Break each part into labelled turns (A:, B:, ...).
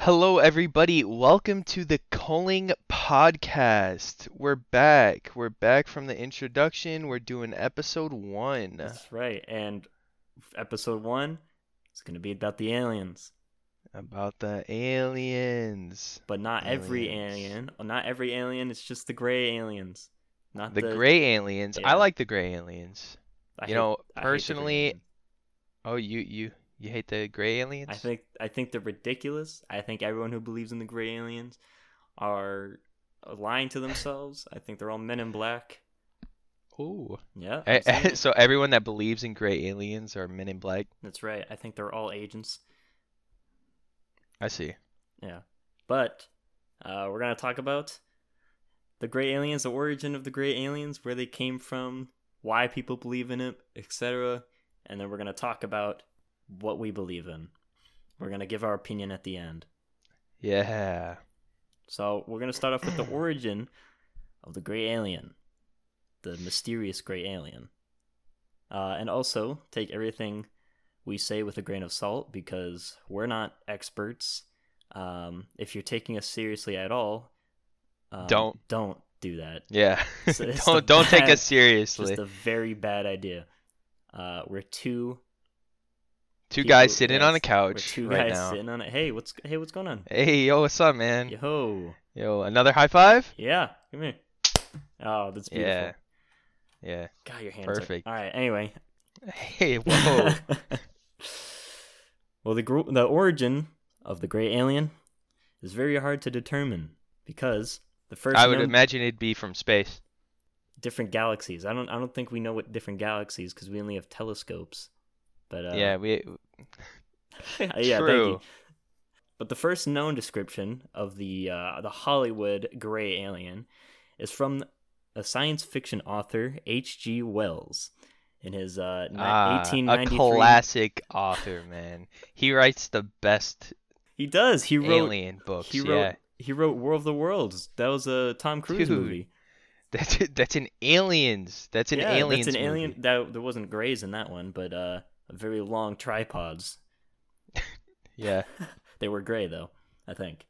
A: Hello, everybody. Welcome to the Culling Podcast. We're back. We're back from the introduction. We're doing episode one.
B: That's right. And episode one is going to be about the aliens,
A: About the aliens.
B: but not every
A: Aliens.
B: alien. uh, Not every alien. It's just the gray aliens. Not
A: The
B: the,
A: gray aliens.
B: Yeah.
A: I like the gray aliens.
B: I
A: you know,
B: I hate the gray
A: personally,
B: aliens.
A: Oh, you you you hate the gray aliens?
B: I think I think they're ridiculous. I think everyone who believes in the gray aliens are lying to themselves. I think they're all men in black.
A: Ooh.
B: Yeah,
A: Eh,
B: I'm saying
A: eh,
B: it.
A: so everyone that believes in gray aliens are men in black.
B: that's right. I think they're all agents.
A: I see.
B: But uh, we're gonna talk about the gray aliens, the origin of the gray aliens, where they came from, why people believe in it, etc. And then we're gonna talk about what we believe in. We're gonna give our opinion at the end.
A: Yeah.
B: So we're gonna start off with the origin of the gray alien, the mysterious gray alien, uh, and also take everything we say with a grain of salt because we're not experts. Um, if you're taking us seriously at all, um,
A: Don't.
B: don't do that.
A: Yeah.
B: It's- it's the
A: don't don't take
B: bad-
A: us
B: It's
A: seriously.
B: just a very bad idea. Uh, we're two
A: Two
B: people-
A: guys sitting on
B: yes,
A: a couch
B: We're two
A: right
B: guys
A: now.
B: sitting on it. Hey, what's hey, what's going on?
A: Hey, yo, what's up, man?
B: Yo,
A: Yo, another high five?
B: yeah, come here. Oh, that's beautiful.
A: Yeah. Yeah.
B: God, your hands
A: Perfect.
B: Are... All right. Anyway.
A: Hey, whoa.
B: well, the gr- the origin of the gray alien is very hard to determine because the first
A: I would
B: known-
A: imagine it'd be from space.
B: different galaxies. I don't I don't think we know what different galaxies because we only have telescopes. But uh,
A: yeah, we
B: yeah, thank
A: true.
B: you. But the first known description of the uh, the Hollywood gray alien is from a science fiction author H.G. Wells in his uh, ni-
A: Ah, a
B: 1893
A: classic author, man. He writes the best
B: He does. He wrote.
A: alien books.
B: he wrote.
A: yeah,
B: He wrote War of the Worlds. That was a Tom Cruise
A: Dude,
B: movie.
A: that's that's an aliens. That's an
B: yeah,
A: aliens.
B: That's an
A: movie.
B: alien. That there wasn't grays in that one, but uh, very long tripods.
A: Yeah.
B: They were gray though, I think.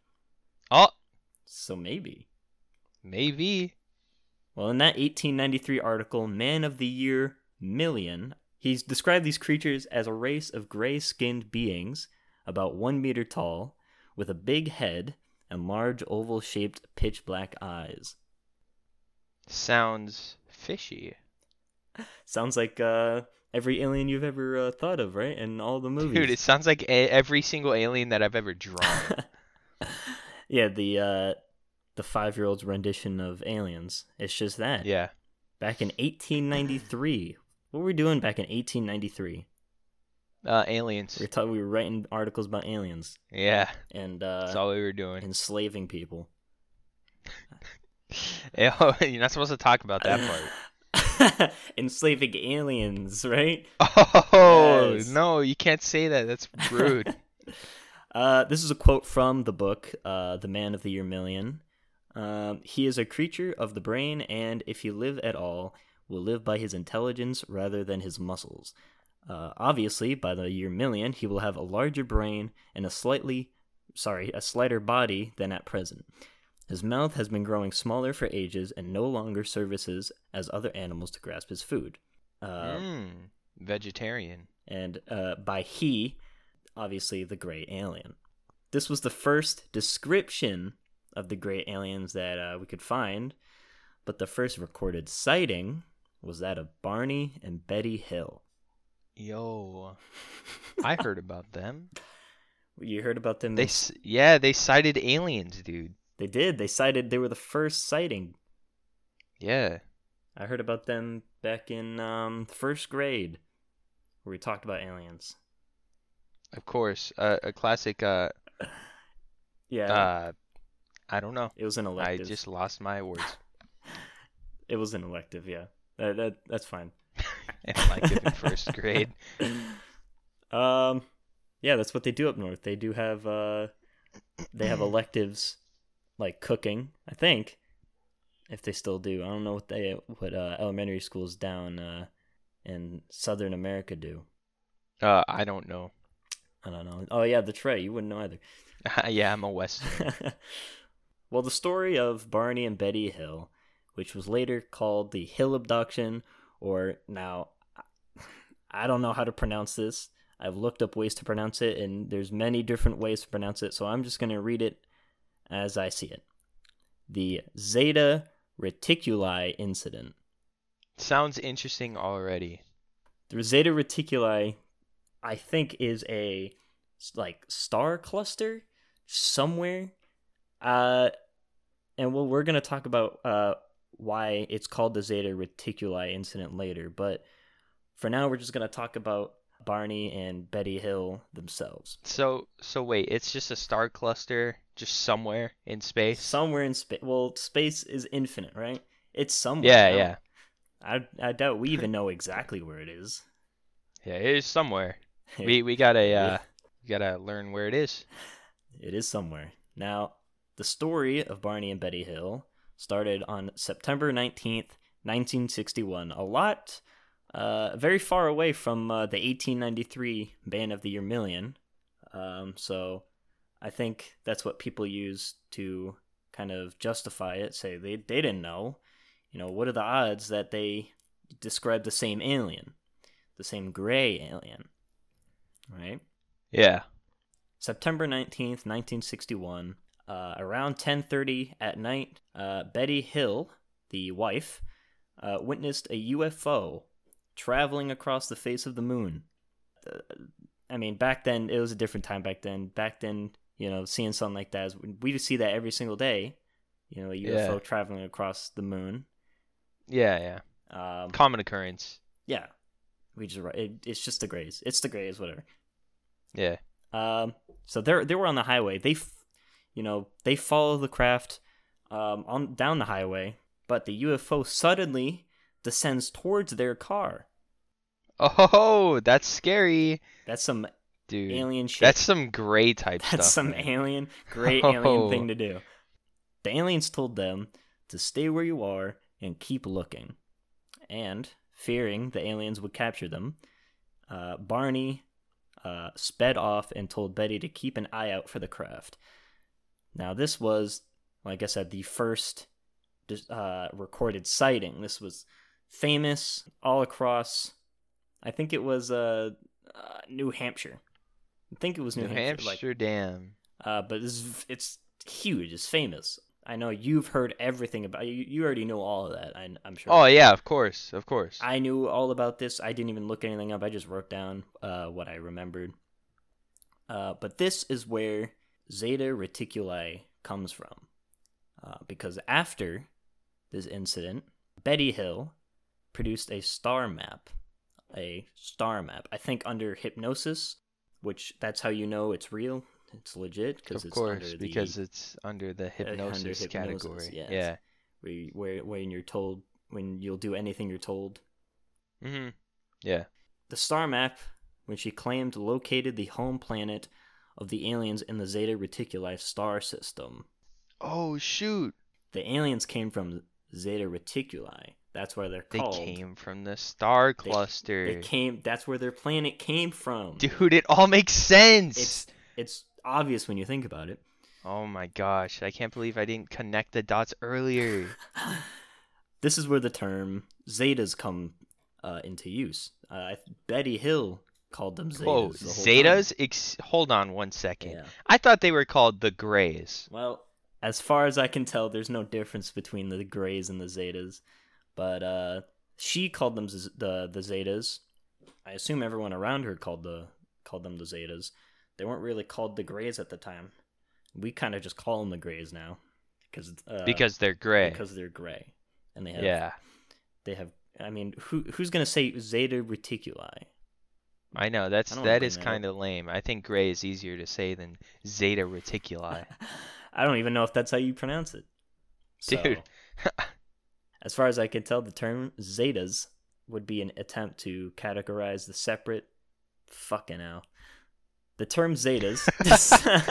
A: Oh,
B: So maybe.
A: maybe.
B: Well, in that 1893 article, Man of the Year Million, he's described these creatures as a race of gray skinned beings about one meter tall, with a big head and large oval shaped pitch black eyes.
A: Sounds fishy.
B: Sounds like uh, every alien you've ever uh, thought of, right? And all the movies.
A: Dude, it sounds like a- every single alien that I've ever drawn.
B: yeah, the uh, the five year old's rendition of Aliens. It's just that.
A: yeah.
B: Back in 1893, what were we doing back in 1893?
A: Uh,
B: We
A: aliens.
B: were, ta- we were writing articles about aliens
A: Yeah,
B: and
A: that's
B: uh,
A: all we were doing.
B: enslaving people.
A: Yo, You're not supposed to talk about that part.
B: part. enslaving aliens, right?
A: Oh
B: Yes.
A: no, you can't say that. That's rude.
B: Uh, this is a quote from the book, uh, The Man of the Year Million. Um, he is a creature of the brain, and if he live at all, will live by his intelligence rather than his muscles. Uh, obviously, by the year million, he will have a larger brain and a slightly, sorry, a slighter body than at present. His mouth has been growing smaller for ages and no longer services as other animals to grasp his food. Uh,
A: mm, vegetarian.
B: and uh, by he, obviously the gray alien. This was the first description of the gray aliens that uh, we could find, but the first recorded sighting was that of Barney and Betty Hill.
A: Yo, I heard about them.
B: You heard about them?
A: They s- yeah, they cited aliens, dude.
B: they did. They cited they were the first sighting.
A: Yeah,
B: I heard about them back in um, first grade, where we talked about aliens.
A: of course. Uh, a classic. Uh,
B: Yeah,
A: uh, I don't know.
B: it was an
A: I
B: elective.
A: just lost my words.
B: It was an elective. Yeah, that, that that's fine.
A: and like in first grade.
B: um yeah that's what they do up north they do have uh they have electives like cooking i think if they still do i don't know what they what uh, elementary schools down uh in southern america do
A: Uh, I don't know.
B: I don't know. Oh yeah, the tray. You wouldn't know either.
A: yeah, I'm a Western.
B: well, the story of Barney and Betty Hill, which was later called the Hill abduction, or now I don't know how to pronounce this. I've looked up ways to pronounce it, and there's many different ways to pronounce it, so I'm just going to read it as I see it. The Zeta Reticuli incident.
A: Sounds interesting already.
B: The Zeta Reticuli, I think, is a like star cluster somewhere. Uh, and well, we're going to talk about uh, why it's called the Zeta Reticuli incident later, but for now, we're just going to talk about Barney and Betty Hill themselves.
A: So, so wait, it's just a star cluster, just somewhere in space.
B: Somewhere in space. Well, space is infinite, right? It's somewhere.
A: yeah,
B: now.
A: yeah,
B: I I doubt we even know exactly where it is.
A: yeah. It is somewhere. We we gotta uh, we gotta learn where it is.
B: It is somewhere. Now, the story of Barney and Betty Hill started on September 19th, 1961. A lot, uh, very far away from uh, the 1893 Ban of the Year Million. Um, so I think that's what people use to kind of justify it, say they, they didn't know. You know, what are the odds that they describe the same alien, the same gray alien? Right?
A: Yeah.
B: September 19th, 1961, uh, around 10:30 at night, uh, Betty Hill, the wife, uh, witnessed a UFO traveling across the face of the moon. Uh, I mean, back then it was a different time. Back then, back then, you know, seeing something like that, is, we see that every single day. You know, a UFO
A: Yeah.
B: traveling across the moon.
A: Yeah, yeah.
B: Um,
A: Common occurrence.
B: yeah, we just it, it's just the grays. It's the grays, whatever.
A: Yeah.
B: Um, so they're they were on the highway. They, f- you know, they follow the craft um, on down the highway, but the UFO suddenly descends towards their car.
A: Oh, that's scary,
B: That's some
A: dude.
B: alien shit.
A: That's some gray type stuff.
B: That's some
A: man.
B: alien, great
A: Oh.
B: alien thing to do. The aliens told them to stay where you are and keep looking. And, fearing the aliens would capture them, uh, Barney uh, sped off and told Betty to keep an eye out for the craft. Now, this was, like I said, the first uh, recorded sighting. This was famous all across, I think it was uh, uh, New Hampshire. I think it was New,
A: New
B: Hampshire. like-
A: Hampshire, damn.
B: uh, but it's, it's huge. It's famous. I know you've heard everything about. You, you already know all of that. I, I'm sure.
A: Oh yeah, of course, of course.
B: I knew all about this. I didn't even look anything up. I just wrote down uh, what I remembered. Uh, but this is where Zeta Reticuli comes from, uh, because after this incident, Betty Hill produced a star map, a star map. I think under hypnosis, which that's how you know it's real. It's legit because
A: of
B: it's
A: course,
B: under the
A: because it's under the
B: under
A: hypnosis
B: hypnosis,
A: category.
B: yes.
A: Yeah.
B: where, you- where when you're told when you'll do anything you're told.
A: Mm-hmm. Yeah.
B: The star map, when she claimed, located the home planet of the aliens in the Zeta Reticuli star system.
A: Oh shoot!
B: The aliens came from Zeta Reticuli. That's where they're
A: They
B: called.
A: came from the star
B: They-
A: cluster.
B: They came. That's where their planet came from.
A: Dude, it all makes sense.
B: It's it's obvious when you think about it.
A: Oh my gosh, I can't believe I didn't connect the dots earlier.
B: This is where the term Zetas come uh, into use. Uh, I- Betty Hill called them Zetas.
A: Whoa,
B: the whole time.
A: Zetas? Ex- hold on one second.
B: Yeah.
A: I thought they were called the Greys.
B: Well, as far as I can tell, there's no difference between the grays and the zetas, but uh, she called them z- the the zetas. I assume everyone around her called the called them the zetas. They weren't really called the grays at the time. We kind of just call them the grays now, because uh,
A: because they're gray.
B: because they're gray and they have
A: yeah,
B: they have. I mean, who who's gonna say zeta reticuli?
A: I know. That's
B: I don't wanna
A: that
B: bring
A: is
B: that up.
A: kind of lame. I think gray is easier to say than Zeta Reticuli.
B: I don't even know if that's how you pronounce it.
A: Dude.
B: So, as far as I can tell, the term zetas would be an attempt to categorize the separate. Fucking hell. The term zetas.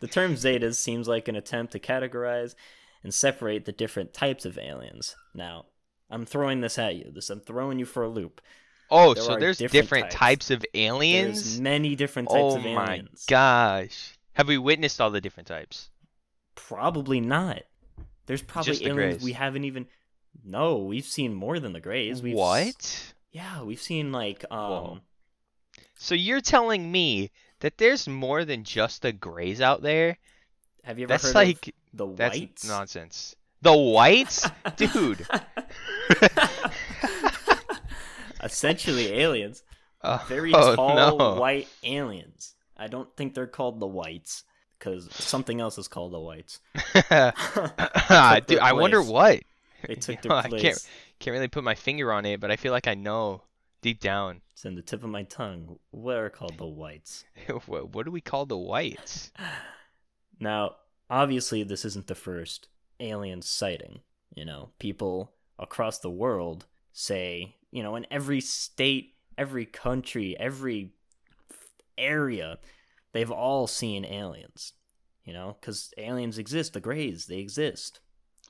B: the term zetas seems like an attempt to categorize and separate the different types of aliens. Now, I'm throwing this at you. This I'm throwing you for a loop.
A: Oh,
B: There
A: so
B: are
A: there's
B: different
A: different
B: types.
A: types, of
B: There's
A: aliens?
B: many different types
A: Oh
B: of
A: my
B: aliens.
A: gosh. Have we witnessed all the different types?
B: Probably not. There's probably
A: Just the
B: aliens
A: Greys.
B: we haven't even. No, we've seen more than the Greys. We've s-
A: What?
B: Yeah, we've seen like um.
A: Whoa. So you're telling me that there's more than just the grays out there?
B: Have you ever
A: That's
B: heard
A: like
B: of the
A: that's
B: Whites?
A: nonsense. The whites? Dude.
B: Essentially, aliens.
A: Oh,
B: Very
A: oh,
B: tall
A: no.
B: white aliens. I don't think they're called the Whites because something else is called the Whites.
A: Ah, Dude, I wonder
B: place.
A: what.
B: They took
A: You
B: their
A: know, I
B: place.
A: can't- Can't really put my finger on it, but I feel like I know deep down.
B: It's in the tip of my tongue. What are called the Whites?
A: what, what do we call the whites?
B: Now, obviously, this isn't the first alien sighting. You know, people across the world say, you know, in every state, every country, every f- area, they've all seen aliens. You know, because aliens exist, the Greys, they exist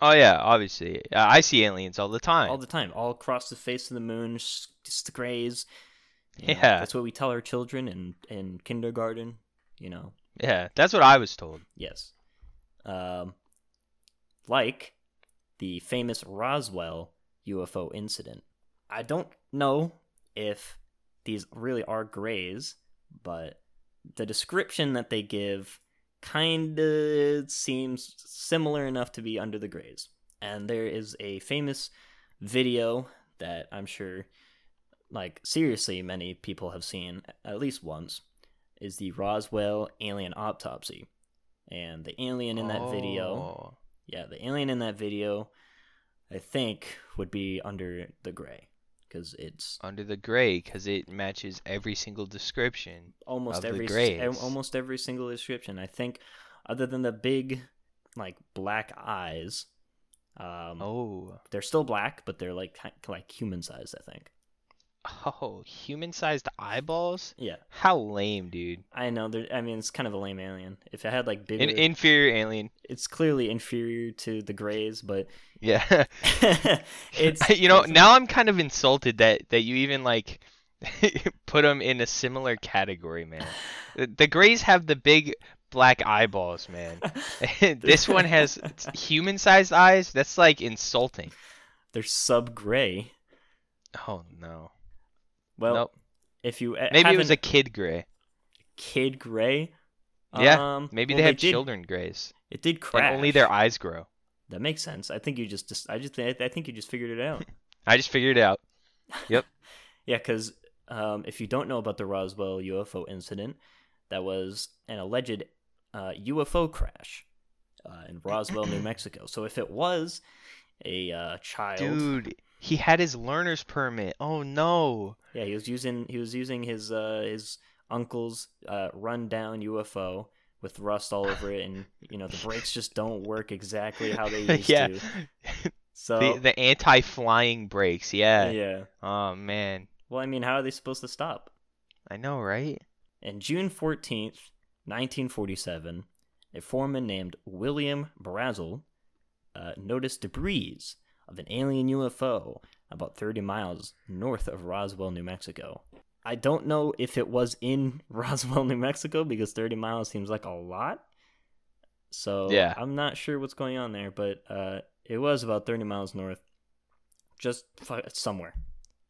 A: Oh yeah, obviously. Uh, I see aliens all the time.
B: all the time, all across the face of the moon, s- just the Greys. You know,
A: Yeah.
B: That's what we tell our children in, in kindergarten, you know.
A: Yeah, that's what I was told.
B: Yes. Um, like the famous Roswell UFO incident. I don't know if these really are grays, but the description that they give kind of seems similar enough to be under the grays. And there is a famous video that I'm sure, like, seriously, many people have seen at least once is the Roswell alien autopsy. And the alien in that video,
A: Oh.
B: yeah, the alien in that video, I think would be under the gray because it's
A: under the gray cuz it matches every single description.
B: almost
A: Of the
B: every s-
A: grays.
B: al- almost every single description. I think, other than the big, like black eyes, um,
A: Oh.
B: they're still black, but they're like ki- like human sized. I think.
A: Oh, human-sized eyeballs?
B: Yeah,
A: How lame, dude.
B: I know. they're- I mean, it's kind of a lame alien. If it had like bigger,
A: An inferior alien.
B: it's clearly inferior to the grays, but
A: Yeah.
B: it's
A: you know,
B: it's-
A: now I'm kind of insulted that that you even like put them in a similar category, man. The, the Greys have the big black eyeballs, man. this one has human-sized eyes. That's like insulting.
B: they're sub gray.
A: Oh no.
B: Well,
A: nope.
B: if you uh,
A: Maybe it was a kid gray.
B: kid gray,
A: Yeah,
B: um,
A: Maybe
B: well,
A: they have
B: did-
A: children grays,
B: It did
A: and
B: crash.
A: only their eyes grow.
B: That makes sense. I think you just, dis- I just, I think you just figured it out.
A: I just figured it out.
B: Yeah, because um, if you don't know about the Roswell UFO incident, that was an alleged uh, UFO crash uh, in Roswell, New Mexico. So if it was a uh, child,
A: Dude, he had his learner's permit. Oh no.
B: Yeah, he was using he was using his uh his uncle's uh rundown UFO with rust all over it, and you know the brakes just don't work exactly how they used
A: yeah.
B: to. So
A: The the anti-flying brakes. Yeah.
B: Oh. yeah,
A: Oh man.
B: well, I mean, how are they supposed to stop?
A: I know, right?
B: And June fourteenth, nineteen forty-seven, a foreman named William Brazel uh, noticed debris of an alien UFO about thirty miles north of Roswell, New Mexico. I don't know if it was in Roswell, New Mexico, because 30 miles seems like a lot. So
A: Yeah.
B: I'm not sure what's going on there, but uh, it was about 30 miles north, just fu- somewhere,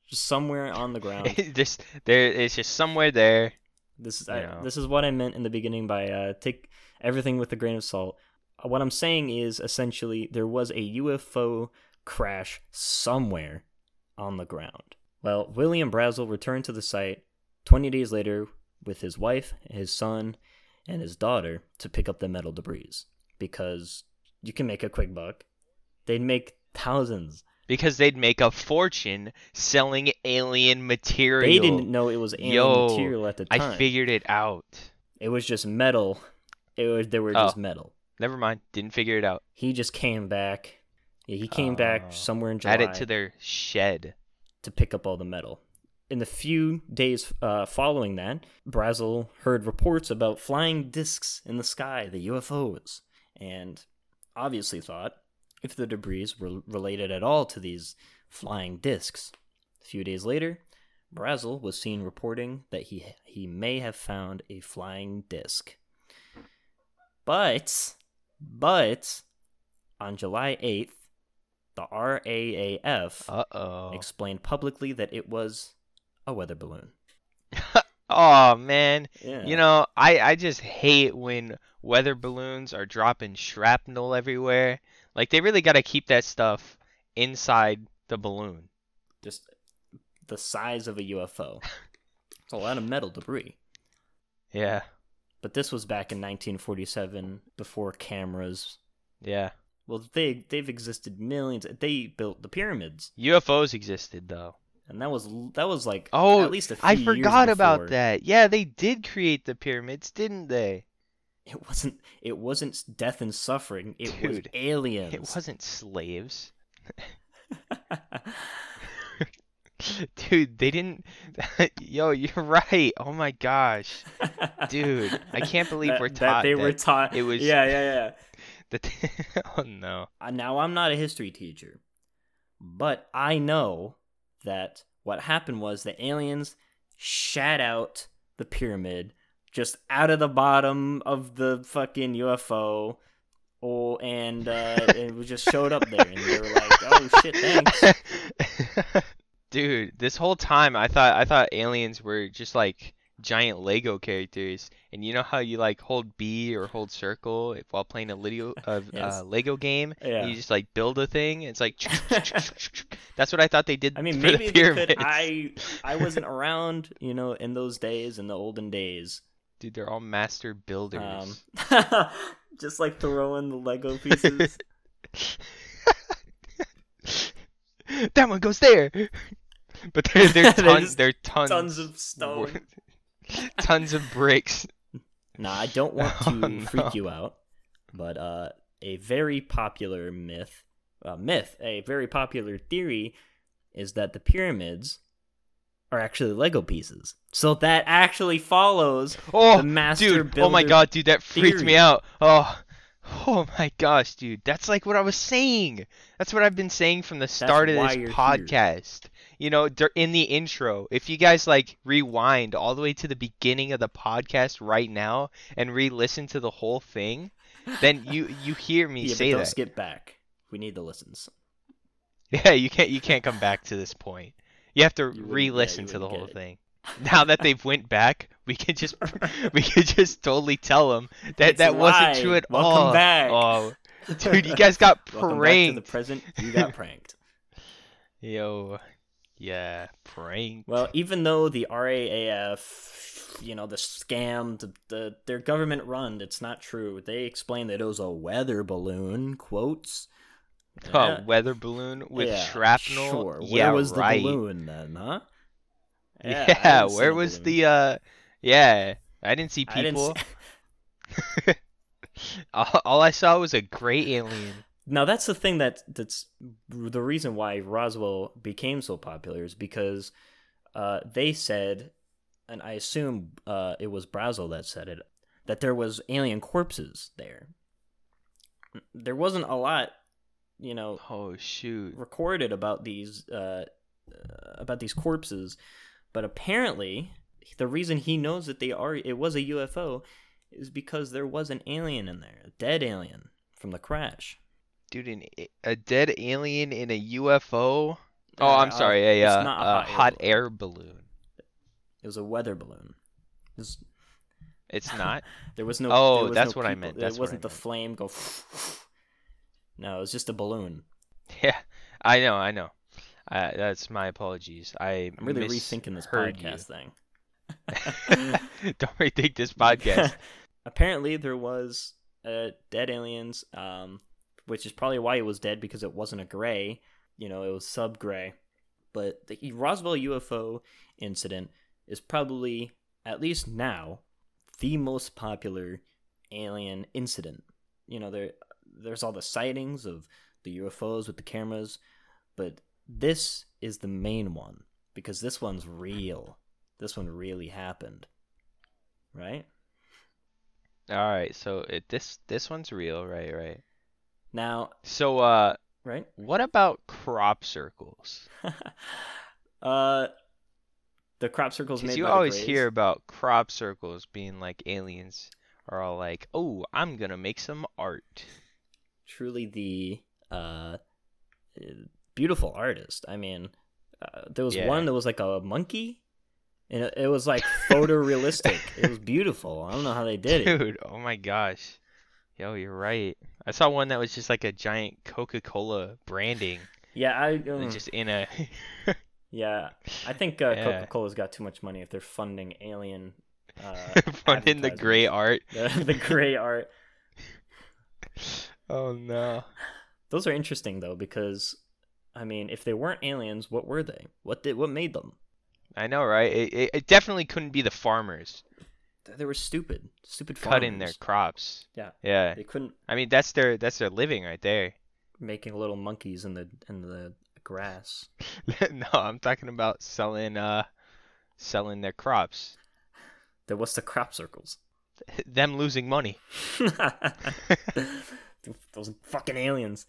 B: just somewhere on the ground.
A: just there it's just somewhere there.
B: this is
A: You
B: I,
A: know.
B: this is what I meant in the beginning by uh, take everything with a grain of salt. Uh, What I'm saying is essentially there was a UFO crash somewhere on the ground. Well, William Brazel returned to the site 20 days later with his wife, his son, and his daughter to pick up the metal debris because you can make a quick buck. They'd make thousands.
A: Because they'd make a fortune selling alien material.
B: They didn't know it was alien
A: Yo,
B: material at the time.
A: I figured it out.
B: it was just metal. It was they were
A: Oh.
B: just metal.
A: Never mind. Didn't figure it out.
B: he just came back. Yeah, he came
A: Oh.
B: back somewhere in July
A: Add it to their shed.
B: to pick up all the metal. In the few days uh, following that, Brazel heard reports about flying discs in the sky, the UFOs, and obviously thought if the debris were related at all to these flying discs. A few days later, Brazel was seen reporting that he he may have found a flying disc. But but on July 8th, the RAAF
A: Uh oh.
B: explained publicly that it was a weather balloon.
A: Oh man.
B: Yeah.
A: You know, I, I just hate when weather balloons are dropping shrapnel everywhere. Like they really got to keep that stuff inside the balloon.
B: just the size of a UFO. It's a lot of metal debris.
A: Yeah.
B: But this was back in 1947 before cameras.
A: Yeah.
B: Well, they they've existed millions. They built the pyramids,
A: UFOs existed though.
B: and that was that was like
A: Oh,
B: at least a few
A: I
B: years
A: forgot about
B: before.
A: that. Yeah, they did create the pyramids, didn't they?
B: It wasn't it wasn't death and suffering. It was
A: Dude,
B: aliens.
A: It wasn't slaves. Dude, they didn't Yo, you're right. Oh my gosh. Dude, I can't believe
B: that,
A: we're
B: that
A: taught
B: they were
A: that-
B: taught.
A: it was-
B: yeah yeah yeah.
A: that Oh no.
B: Uh, Now, I'm not a history teacher, but I know that what happened was the aliens shat out the pyramid just out of the bottom of the fucking UFO. Oh, and uh, it was just showed up there, and they were like, "Oh shit, thanks."
A: Dude, this whole time I thought I thought aliens were just like giant Lego characters, and you know how you like hold B or hold circle if while playing a Lidio, uh,
B: Yes.
A: uh, Lego game, and you
B: Yeah.
A: just like build a thing. It's like that's what I thought they did.
B: I mean,
A: for
B: maybe
A: the
B: they
A: pyramids.
B: could. I I wasn't around, you know, in those days, in the olden days.
A: Dude, they're all master builders.
B: Um, just like throwing the Lego pieces.
A: that one goes there, but they're they're
B: They're
A: tons
B: just
A: they're tons
B: tons of stone.
A: tons of bricks.
B: Now, I don't want to
A: Oh, no.
B: freak you out, but uh, a very popular myth, uh, myth, a very popular theory is that the pyramids are actually Lego pieces. So that actually follows
A: Oh,
B: the master
A: dude! Oh my
B: builder-
A: god, dude, that freaked
B: theory.
A: me out. Oh, oh my gosh, dude, that's like what I was saying. That's what I've been saying from the start of
B: why
A: this
B: you're here.
A: podcast. You know, dur- in the intro, if you guys like rewind all the way to the beginning of the podcast right now and re-listen to the whole thing, then you you hear me
B: Yeah, but
A: say
B: don't
A: that.
B: skip back. We need the listens.
A: Yeah, you can't you can't come back to this point. You have to
B: wouldn't- yeah,
A: re-listen
B: you
A: to the
B: wouldn't
A: whole
B: get it.
A: thing. Now that they've went back, we could just we could just totally tell them that
B: It's
A: that wasn't true
B: live.
A: at
B: Welcome
A: all.
B: back.
A: Oh, dude, you guys got
B: Welcome back to
A: pranked.
B: the present. You got pranked.
A: Yo, yeah, pranked.
B: Well, even though the RAAF, you know, the scam, the, the they're government run, it's not true. They explained that it was a weather balloon, quotes.
A: oh, weather balloon with
B: yeah,
A: shrapnel.
B: Sure. Where
A: Yeah,
B: was
A: right.
B: the balloon then, huh?
A: Yeah,
B: I didn't see
A: where
B: a
A: was
B: balloon.
A: the uh? Yeah, I didn't see
B: I didn't
A: people.
B: see-
A: all, all I saw was a gray alien.
B: Now that's the thing that that's the reason why Roswell became so popular is because uh, they said, and I assume uh, it was Brazel that said it, that there was alien corpses there. There wasn't a lot, you know,
A: Oh shoot.
B: recorded about these uh, uh, about these corpses, but apparently the reason he knows that they are it was a UFO is because there was an alien in there, a dead alien from the crash.
A: Dude, an, a- a dead alien in a UFO? Oh,
B: Uh,
A: I'm sorry. A,
B: it's
A: uh,
B: not
A: a hot
B: air.
A: air balloon.
B: It was a weather balloon. It was-
A: It's not.
B: there was no.
A: Oh,
B: there was
A: that's
B: no
A: what I
B: people-
A: meant.
B: It
A: That's what I
B: wasn't the
A: meant.
B: flame go. No, it was just a balloon.
A: yeah, I know. I know. Uh, that's my apologies. I
B: I'm really rethinking this
A: misheard you.
B: podcast thing.
A: Don't rethink this podcast.
B: Apparently, there was uh, dead aliens, um, which is probably why it was dead because it wasn't a gray. You know, it was sub gray. But the Roswell UFO incident is probably, at least now, the most popular alien incident. You know, there there's all the sightings of the UFOs with the cameras, but this is the main one because this one's real. This one really happened. Right?
A: All right. So it, this this one's real, right? Right.
B: Now,
A: So uh,
B: right?
A: what about crop circles?
B: uh The crop circles made
A: Because you
B: by the
A: always
B: Greys.
A: hear about crop circles being like aliens are all like, oh, I'm gonna make some art.
B: truly the uh, uh, beautiful artist. I mean, uh, there was
A: Yeah.
B: one that was like a monkey, and it, it was like photorealistic. it was beautiful. I don't know how they did it.
A: Dude, oh my gosh. Yo, you're right. I saw one that was just like a giant Coca Cola branding,
B: Yeah, I
A: uh,
B: um,
A: just in a.
B: yeah, I think uh,
A: Yeah.
B: Coca Cola's got too much money if they're funding alien, uh,
A: funding the gray art.
B: the, the gray art.
A: Oh no.
B: Those are interesting though because, I mean, if they weren't aliens, what were they? What did what made them?
A: I know, right? It, it, it definitely couldn't be the farmers
B: They- They were stupid, stupid.
A: cutting their
B: farmers.
A: crops.
B: Yeah.
A: Yeah.
B: They couldn't
A: I mean, that's their that's their living right there.
B: making little monkeys in the in the grass.
A: no, I'm talking about selling uh selling their crops.
B: There was the crop circles.
A: Them losing money.
B: Those fucking aliens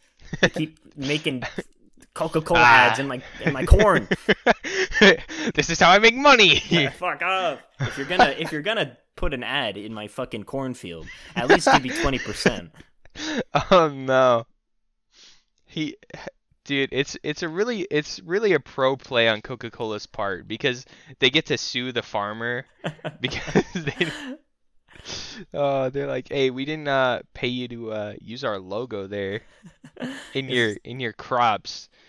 B: They keep making Coca-Cola
A: Ah.
B: ads in my in my corn.
A: this is how I make money.
B: Fuck off! If you're gonna if you're gonna put an ad in my fucking cornfield, at least give me twenty percent.
A: oh no. He dude, it's it's a really it's really a pro play on Coca-Cola's part because they get to sue the farmer because they Oh, they're like, "Hey, we didn't uh pay you to uh use our logo there in your in your crops."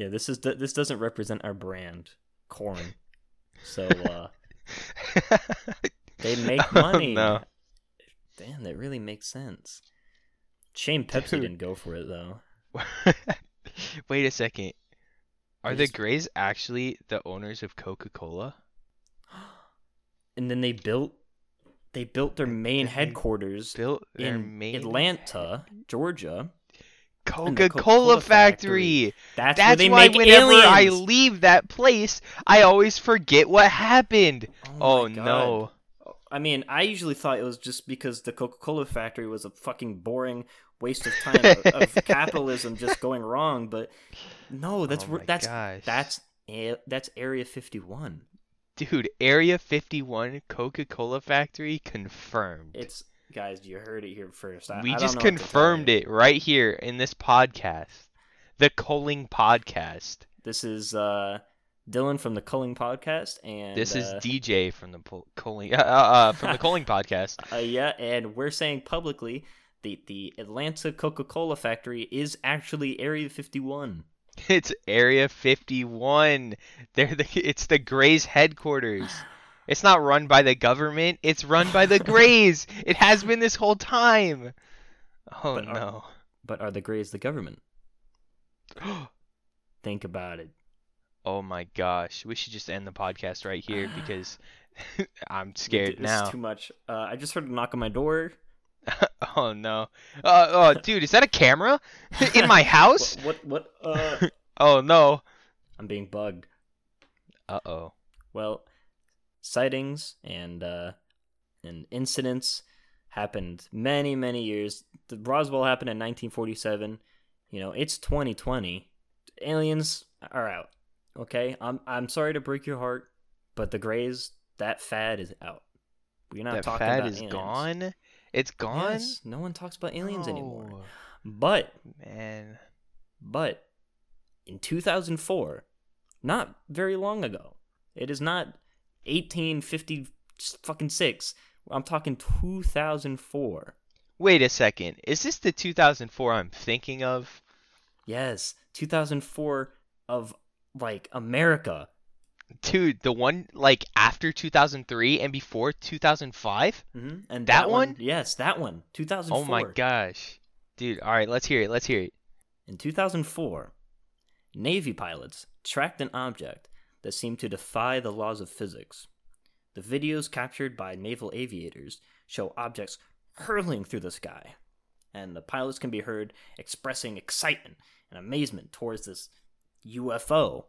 B: Yeah, this is this doesn't represent our brand, corn. So uh, they make
A: Oh,
B: money.
A: no.
B: Damn, that really makes sense. Shame Pepsi
A: Dude.
B: didn't go for it though.
A: Wait a second. Are the
B: Yes.
A: Greys actually the owners of Coca-Cola?
B: and then they built they built their main
A: they
B: headquarters
A: Built their
B: in
A: main
B: Atlanta, Georgia.
A: Coca-Cola,
B: Coca-Cola
A: factory.
B: factory. That's, where
A: That's
B: they
A: why
B: make
A: whenever
B: aliens.
A: I leave that place, I always forget what happened. Oh,
B: my God.
A: no.
B: I mean, I usually thought it was just because the Coca-Cola factory was a fucking boring waste of time of, of capitalism just going wrong, but no, that's
A: Oh
B: where
A: my
B: that's
A: gosh.
B: that's a- that's Area 51.
A: Dude, Area 51 Coca-Cola factory confirmed.
B: It's guys, you heard it here first. I,
A: we
B: I don't
A: just
B: know what to tell
A: confirmed
B: you.
A: it right here in this podcast. The Coling podcast.
B: This is uh Dylan from the Culling podcast and
A: This is
B: uh,
A: DJ from the Pol- Coling uh, uh, uh, from the Coling podcast.
B: Uh, yeah, and we're saying publicly the the Atlanta Coca-Cola factory is actually Area 51.
A: It's Area 51. They're the, it's the Greys headquarters. It's not run by the government. It's run by the Greys. It has been this whole time. Oh
B: But are-
A: no.
B: But are the Greys the government? Think about it.
A: oh my gosh. We should just end the podcast right here because I'm
B: Th-
A: scared
B: this
A: now.
B: is too much. Uh, I just heard a knock on my door.
A: oh no. Uh, oh dude, is that a camera in my house?
B: What? What? what uh,
A: Oh no.
B: I'm being bugged.
A: Uh-oh.
B: Well, sightings and uh, and incidents happened many many years. The Roswell happened in 1947. You know, it's 2020. Aliens are out. Okay, I'm I'm sorry to break your heart, but the Greys that fad is out. We're not
A: That
B: talking
A: fad
B: about
A: is
B: aliens.
A: gone. It's gone.
B: Yes, no one talks about aliens anymore.
A: No,
B: But
A: Man.
B: but in 2004, not very long ago, it is not 1850 fucking six. I'm talking 2004.
A: Wait a second. Is this the 2004 I'm thinking of?
B: Yes, 2004 of like America.
A: Dude, the one like after 2003 and before 2005?
B: hmm And
A: That one?
B: Yes, that one. 2004.
A: Oh my gosh. Dude, all right, let's hear it. Let's hear it.
B: In 2004, Navy pilots tracked an object that seemed to defy the laws of physics. The videos captured by naval aviators show objects hurling through the sky, and the pilots can be heard expressing excitement and amazement towards this UFO.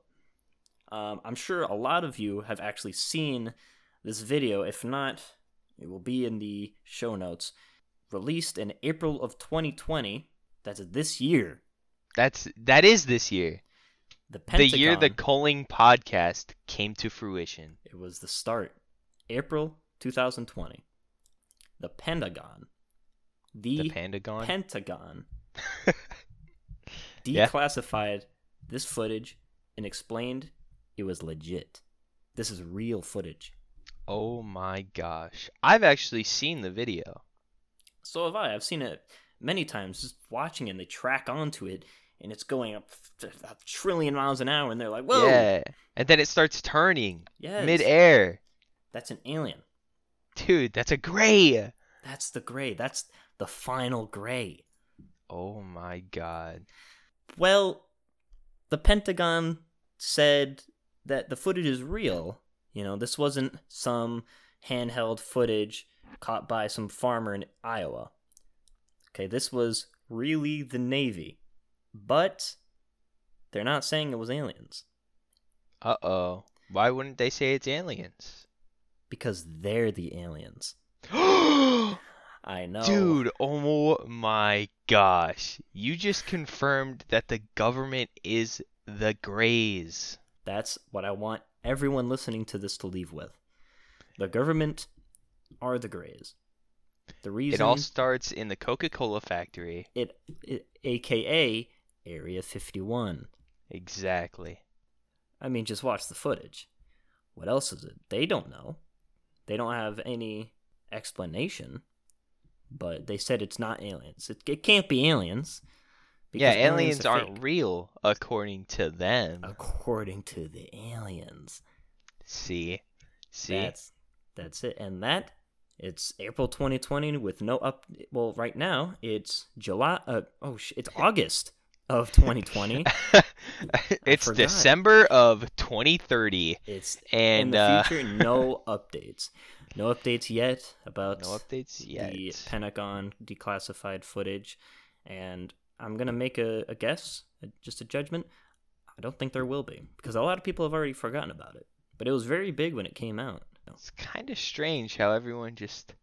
B: Um, I'm sure a lot of you have actually seen this video. If not, it will be in the show notes. Released in April of 2020, that's this year.
A: That's that is this year.
B: The Pentagon.
A: The year the Culling podcast came to fruition.
B: It was the start, April 2020. The Pentagon. The,
A: The, Pentagon.
B: Pentagon
A: Yeah.
B: declassified this footage and explained it was legit. This is real footage.
A: oh my gosh. I've actually seen the video.
B: So have I. I've seen it many times. Just watching it, and they track onto it, and it's going up a trillion miles an hour, and they're like, "Whoa,
A: Yeah. And then it starts turning
B: yes,
A: mid-air.
B: that's an alien.
A: Dude, that's a gray.
B: That's the gray. That's the final gray."
A: Oh my god.
B: Well, the Pentagon said that the footage is real. You know, this wasn't some handheld footage caught by some farmer in Iowa. Okay, this was really the Navy. But they're not saying it was aliens
A: Uh-oh. Why wouldn't they say it's aliens?
B: because they're the aliens. I know.
A: Dude, oh my gosh. You just confirmed that the government is the Greys.
B: That's what I want everyone listening to this to leave with. The government are the grays. The reason
A: It all starts in the Coca Cola factory.
B: it, it aka area 51
A: Exactly.
B: i mean just watch the footage what else is it they don't know they don't have any explanation but they said it's not aliens it, it can't be aliens
A: yeah,
B: because
A: aliens
B: are
A: aren't
B: fake, Oh.
A: real, according to them.
B: according to the aliens
A: See? See?
B: that's that's it and that it's april 2020 with no up well right now it's july uh, oh sh- it's august of 2020
A: it's
B: forgot.
A: December of 2030.
B: it's
A: And
B: in the
A: uh,
B: future, no updates. No updates yet about
A: no updates yet.
B: the Pentagon declassified footage. And I'm going to make a, a guess, a, just a judgment. I don't think there will be because a lot of people have already forgotten about it. But it was very big when it came out.
A: It's kind of strange how everyone just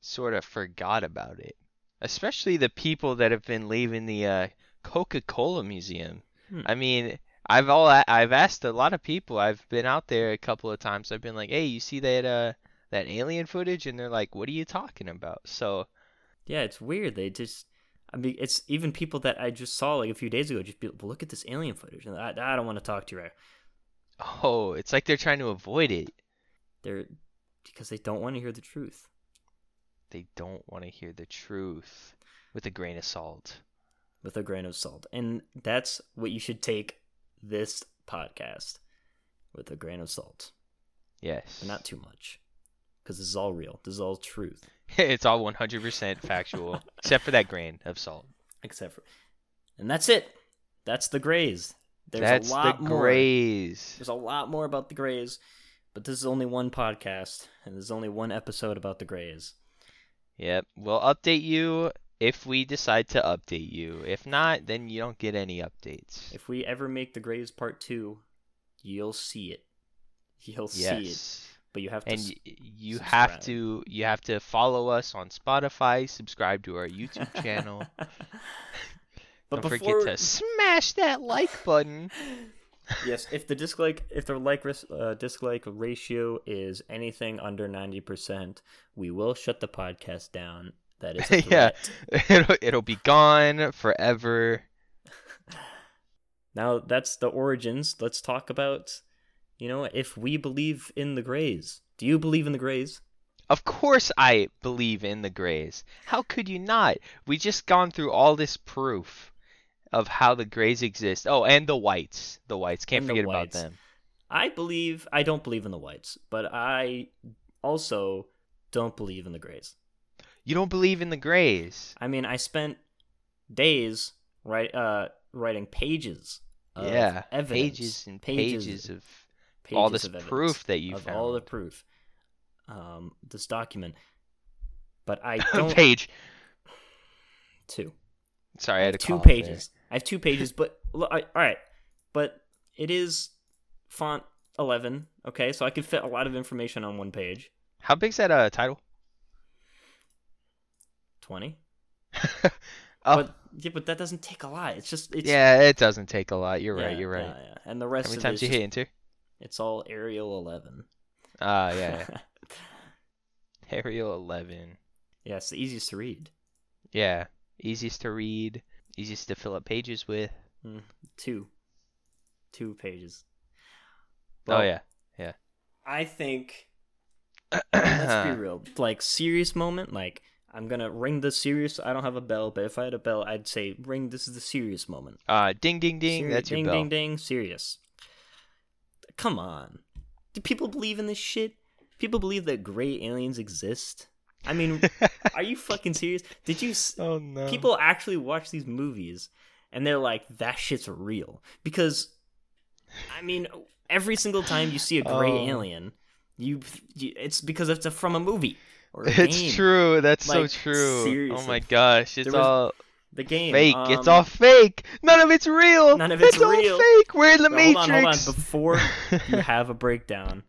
A: sort of forgot about it, especially the people that have been leaving the uh, Coca-Cola Museum.
B: Hmm.
A: I mean, I've all a- I've asked a lot of people. I've been out there a couple of times. I've been like, "Hey, you see that uh that alien footage?" And they're like, "What are you talking about?" So
B: Yeah, it's weird. They just, I mean, it's even people that I just saw like a few days ago just be like, "Well, look at this alien footage. And I, I don't want to talk to you right
A: oh, it's like they're trying to avoid it.
B: They're, because they don't want to hear the truth.
A: They don't want to hear the truth with a grain of salt.
B: with a grain of salt. And that's what you should take this podcast with a grain of salt,
A: Yes,
B: but not too much. Because this is all real. This is all truth.
A: it's all 100% factual, except for that grain of salt.
B: Except for. And that's it. That's the Grays. There's
A: That's
B: a lot
A: the
B: more.
A: Grays.
B: There's a lot more about the Grays, but this is only one podcast, and there's only one episode about the Grays.
A: Yep. We'll update you if we decide to update you. If not, then you don't get any updates.
B: If we ever make the Grays part two, you'll see it. You'll see it.
A: yes.
B: But you have to.
A: And
B: s-
A: y- you have
B: subscribe.
A: to you have to follow us on Spotify, subscribe to our YouTube channel.
B: but
A: don't
B: before,
A: forget to smash that like button.
B: yes, if the dislike if the like ris- uh, dislike ratio is anything under ninety percent, we will shut the podcast down. That is a
A: Yeah.
B: threat.
A: It'll, it'll be gone forever.
B: Now that's the origins. Let's talk about, you know, if we believe in the Greys. Do you believe in the Greys?
A: Of course I believe in the Greys. How could you not? We just gone through all this proof of how the Greys exist. Oh, and the Whites. The Whites. Can't
B: And the
A: forget
B: Whites.
A: about them.
B: I believe. I don't believe in the Whites, but I also don't believe in the Greys.
A: You don't believe in the Greys.
B: I mean, I spent days write, uh, writing pages. Of
A: yeah.
B: evidence,
A: Pages and pages, of
B: pages
A: all this
B: of evidence,
A: proof that you
B: of
A: found.
B: all the proof um this document but i don't
A: page.
B: two
A: Sorry, I had a
B: two pages i have two pages but look, I, all right but it is font 11 okay so i could fit a lot of information on one page
A: How big's that uh, title?
B: 20
A: Oh,
B: but Yeah, but that doesn't take a lot. It's just it's
A: yeah, it doesn't take a lot. You're right.
B: yeah,
A: You're right.
B: yeah, yeah. And the
A: How
B: rest
A: many
B: of
A: times
B: it
A: you
B: is
A: hit
B: just-
A: enter?
B: it's all aerial eleven.
A: Ah, yeah. yeah. Arial eleven.
B: yeah, it's the easiest to read.
A: Yeah, easiest to read, easiest to fill up pages with.
B: Two. Two pages.
A: oh
B: Well,
A: yeah.
B: I think let's
A: Uh-huh.
B: be real. Like serious moment, like I'm gonna ring the serious I don't have a bell, but if I had a bell, I'd say ring this is the serious moment.
A: uh, ding ding ding.
B: Seri-
A: that's your
B: ding
A: bell.
B: ding ding, serious. Come on. Do people believe in this shit? People believe that gray aliens exist? I mean, are you fucking serious? Did you s-
A: oh no.
B: people actually watch these movies and they're like that shit's real because i mean every single time you see a gray
A: Oh.
B: alien you, you it's because it's a, from a movie or a
A: It's
B: game.
A: true. That's
B: Like,
A: so true. Oh my
B: seriously.
A: gosh, it's
B: There was
A: all
B: the game
A: fake. it's
B: um,
A: all fake. None of it's real.
B: none of it's
A: all
B: real.
A: fake. We're in the
B: but
A: Matrix.
B: hold on hold on before you have a breakdown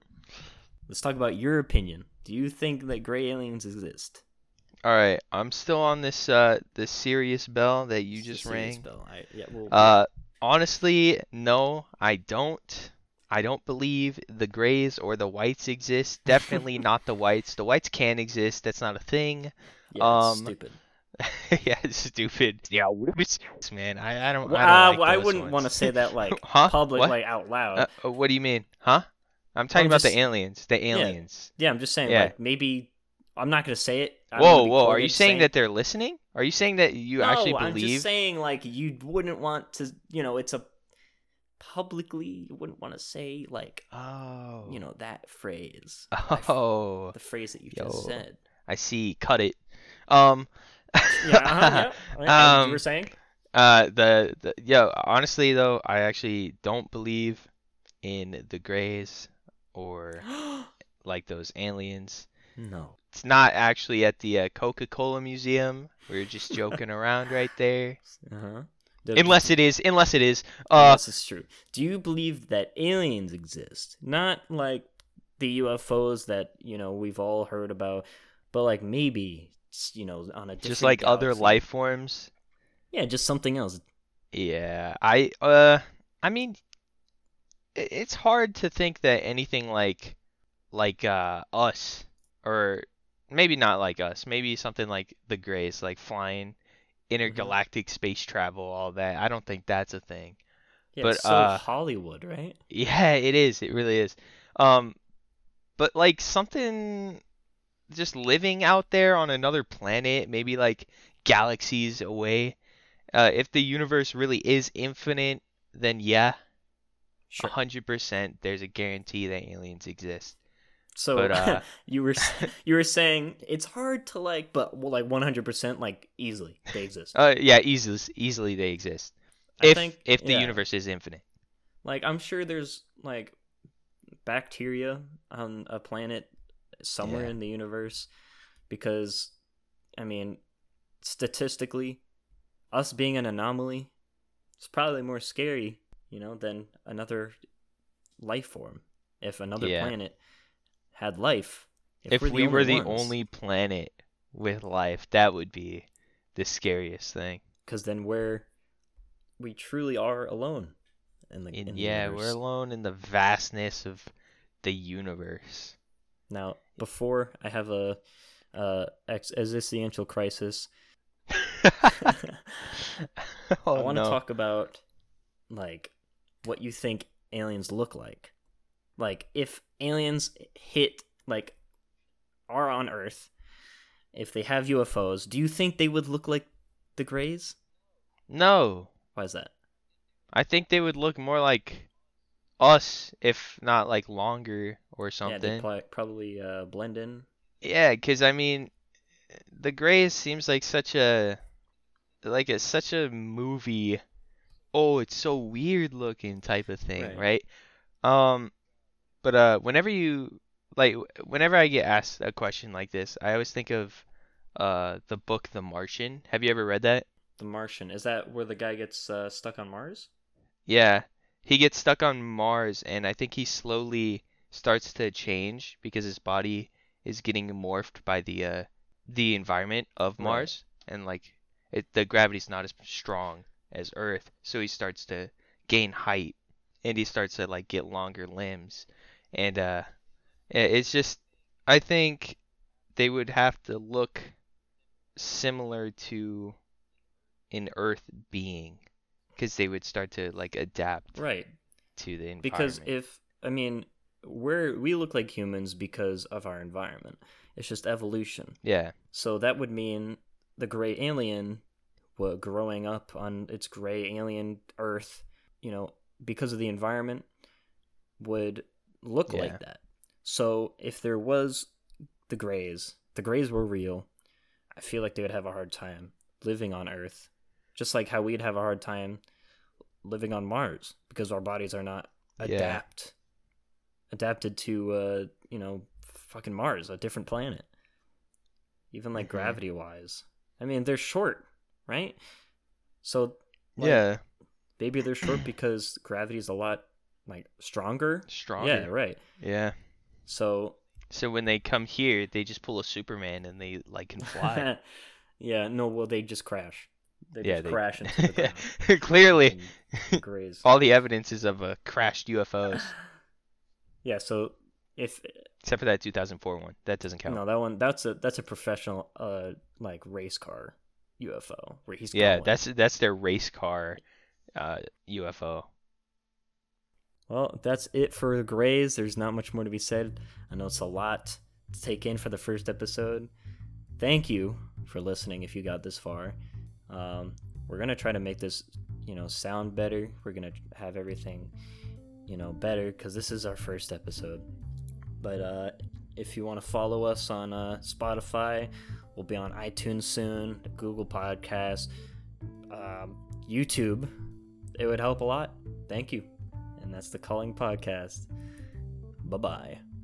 B: let's talk about your opinion do you think that gray aliens exist
A: all right, I'm still on this uh this serious bell that you
B: It's a
A: just
B: serious
A: rang.
B: bill. I, yeah, well,
A: Uh, honestly, no, I don't. I don't believe the grays or the whites exist. Definitely not the whites. The whites can exist. That's not a thing.
B: yeah, it's
A: um,
B: stupid
A: yeah, it's stupid. Yeah, whoops. man, I, I don't.
B: Well,
A: I, don't
B: uh,
A: like
B: well, I
A: those
B: wouldn't want to
A: ones.
B: say that like
A: Huh?
B: public
A: What?
B: like out loud
A: Uh, uh, what do you mean? Huh? I'm talking
B: I'm
A: about
B: just-
A: the aliens. The aliens.
B: Yeah, I'm just saying,
A: Yeah.
B: like maybe I'm not gonna say it. I don't
A: Whoa,
B: wanna be
A: whoa! Are
B: quoted
A: you saying that they're listening? Are you saying that you
B: no,
A: actually
B: I'm just
A: believe?
B: saying like you wouldn't want to. You know, it's a publicly you wouldn't want to say like
A: Oh.
B: you know that phrase,
A: Oh,
B: the phrase that you
A: Yo.
B: just said.
A: I see. Cut it. Um.
B: Yeah, uh-huh, yeah. yeah, you
A: Um,
B: were saying.
A: Uh, the, the yo, honestly though, I actually don't believe in the Greys or like those aliens.
B: no.
A: It's not actually at the uh, Coca-Cola Museum. We were just joking around right there.
B: Uh huh.
A: Unless it is, unless it is. Uh,
B: this is true. Do you believe that aliens exist? Not like the UFOs that you know we've all heard about, but like maybe it's, you know on a
A: just
B: different
A: like other
B: galaxy.
A: life forms.
B: Yeah, just something else.
A: Yeah, I uh, I mean, i- it's hard to think that anything like, like uh, us or maybe not like us, maybe something like the Greys, like flying,
B: Mm-hmm.
A: intergalactic space travel, all that. I don't think that's a thing.
B: Yeah,
A: But,
B: it's so
A: uh,
B: Hollywood, right?
A: Yeah, it is. It really is. Um, but like something, just living out there on another planet, maybe like galaxies away. Uh, if the universe really is infinite, then yeah, a
B: Sure.
A: hundred percent. There's a guarantee that aliens exist.
B: So
A: but, uh,
B: you were s- you were saying it's hard to like, but well, like one hundred percent, like easily they exist.
A: Uh, yeah, easily, easily they exist.
B: I
A: if
B: think-
A: if the
B: yeah.
A: universe is infinite.
B: Like I'm sure there's like bacteria on a planet somewhere
A: Yeah.
B: in the universe, because I mean, statistically, us being an anomaly, it's probably more scary, you know, than another life form. If another
A: Yeah.
B: planet had life,
A: If, we were the
B: ones.
A: only planet with life, that would be the scariest thing.
B: because then we're we truly are alone in the
A: In,
B: in the
A: yeah, we're
B: universe.
A: alone in the vastness of the universe.
B: now before i have a uh ex- existential crisis i
A: oh,
B: want to
A: no.
B: talk about like what you think aliens look like like if aliens hit like are on earth if they have ufos do you think they would look like the grays
A: No,
B: why is that
A: I think they would look more like us, if not like longer or
B: yeah
A: something.
B: they pli- probably uh blend in
A: Yeah, because I mean, the Grays seems like such a like it's such a movie. Oh, it's so weird looking type of thing, right? Um, but uh, whenever you like, w- whenever I get asked a question like this, I always think of uh the book The Martian. Have you ever read that?
B: the martian is that where the guy gets uh, stuck on mars
A: Yeah, he gets stuck on Mars, and I think he slowly starts to change because his body is getting morphed by the uh, the environment of
B: Right.
A: Mars, and like it, the gravity's not as strong as Earth, so he starts to gain height and he starts to like get longer limbs, and uh, i- it's just I think they would have to look similar to an Earth being, because they would start to like adapt
B: Right.
A: to the environment.
B: because if i mean we're we look like humans because of our environment it's just evolution
A: yeah,
B: so that would mean the gray alien were growing up on its gray alien earth you know because of the environment would look
A: Yeah.
B: like that so if there was the grays the grays were real i feel like they would have a hard time living on earth just like how we'd have a hard time living on mars because our bodies are not
A: Yeah.
B: adapt adapted to uh you know fucking mars a different planet even like
A: Mhm.
B: gravity wise i mean they're short right so like,
A: yeah,
B: maybe they're short because gravity is a lot like stronger
A: stronger.
B: yeah right
A: Yeah.
B: so
A: So when they come here, they just pull a Superman and they like can fly.
B: yeah no well they just crash they
A: yeah,
B: just crash into the ground
A: Clearly,
B: and graze
A: all the evidence is of uh, crashed UFOs,
B: yeah so if
A: except for that 2004 one. That doesn't count.
B: no that one that's a that's a professional uh like race car ufo where he's
A: yeah,
B: going.
A: that's that's their race car uh, UFO.
B: Well, that's it for the Grays. There's not much more to be said. I know it's a lot to take in for the first episode. Thank you for listening if you got this far. Um, we're gonna try to make this, you know, sound better. We're gonna have everything, you know, better because this is our first episode. But uh, if you want to follow us on uh, Spotify, we'll be on iTunes soon, Google Podcasts, um, YouTube. It would help a lot. Thank you. And that's the Calling Podcast. Bye bye.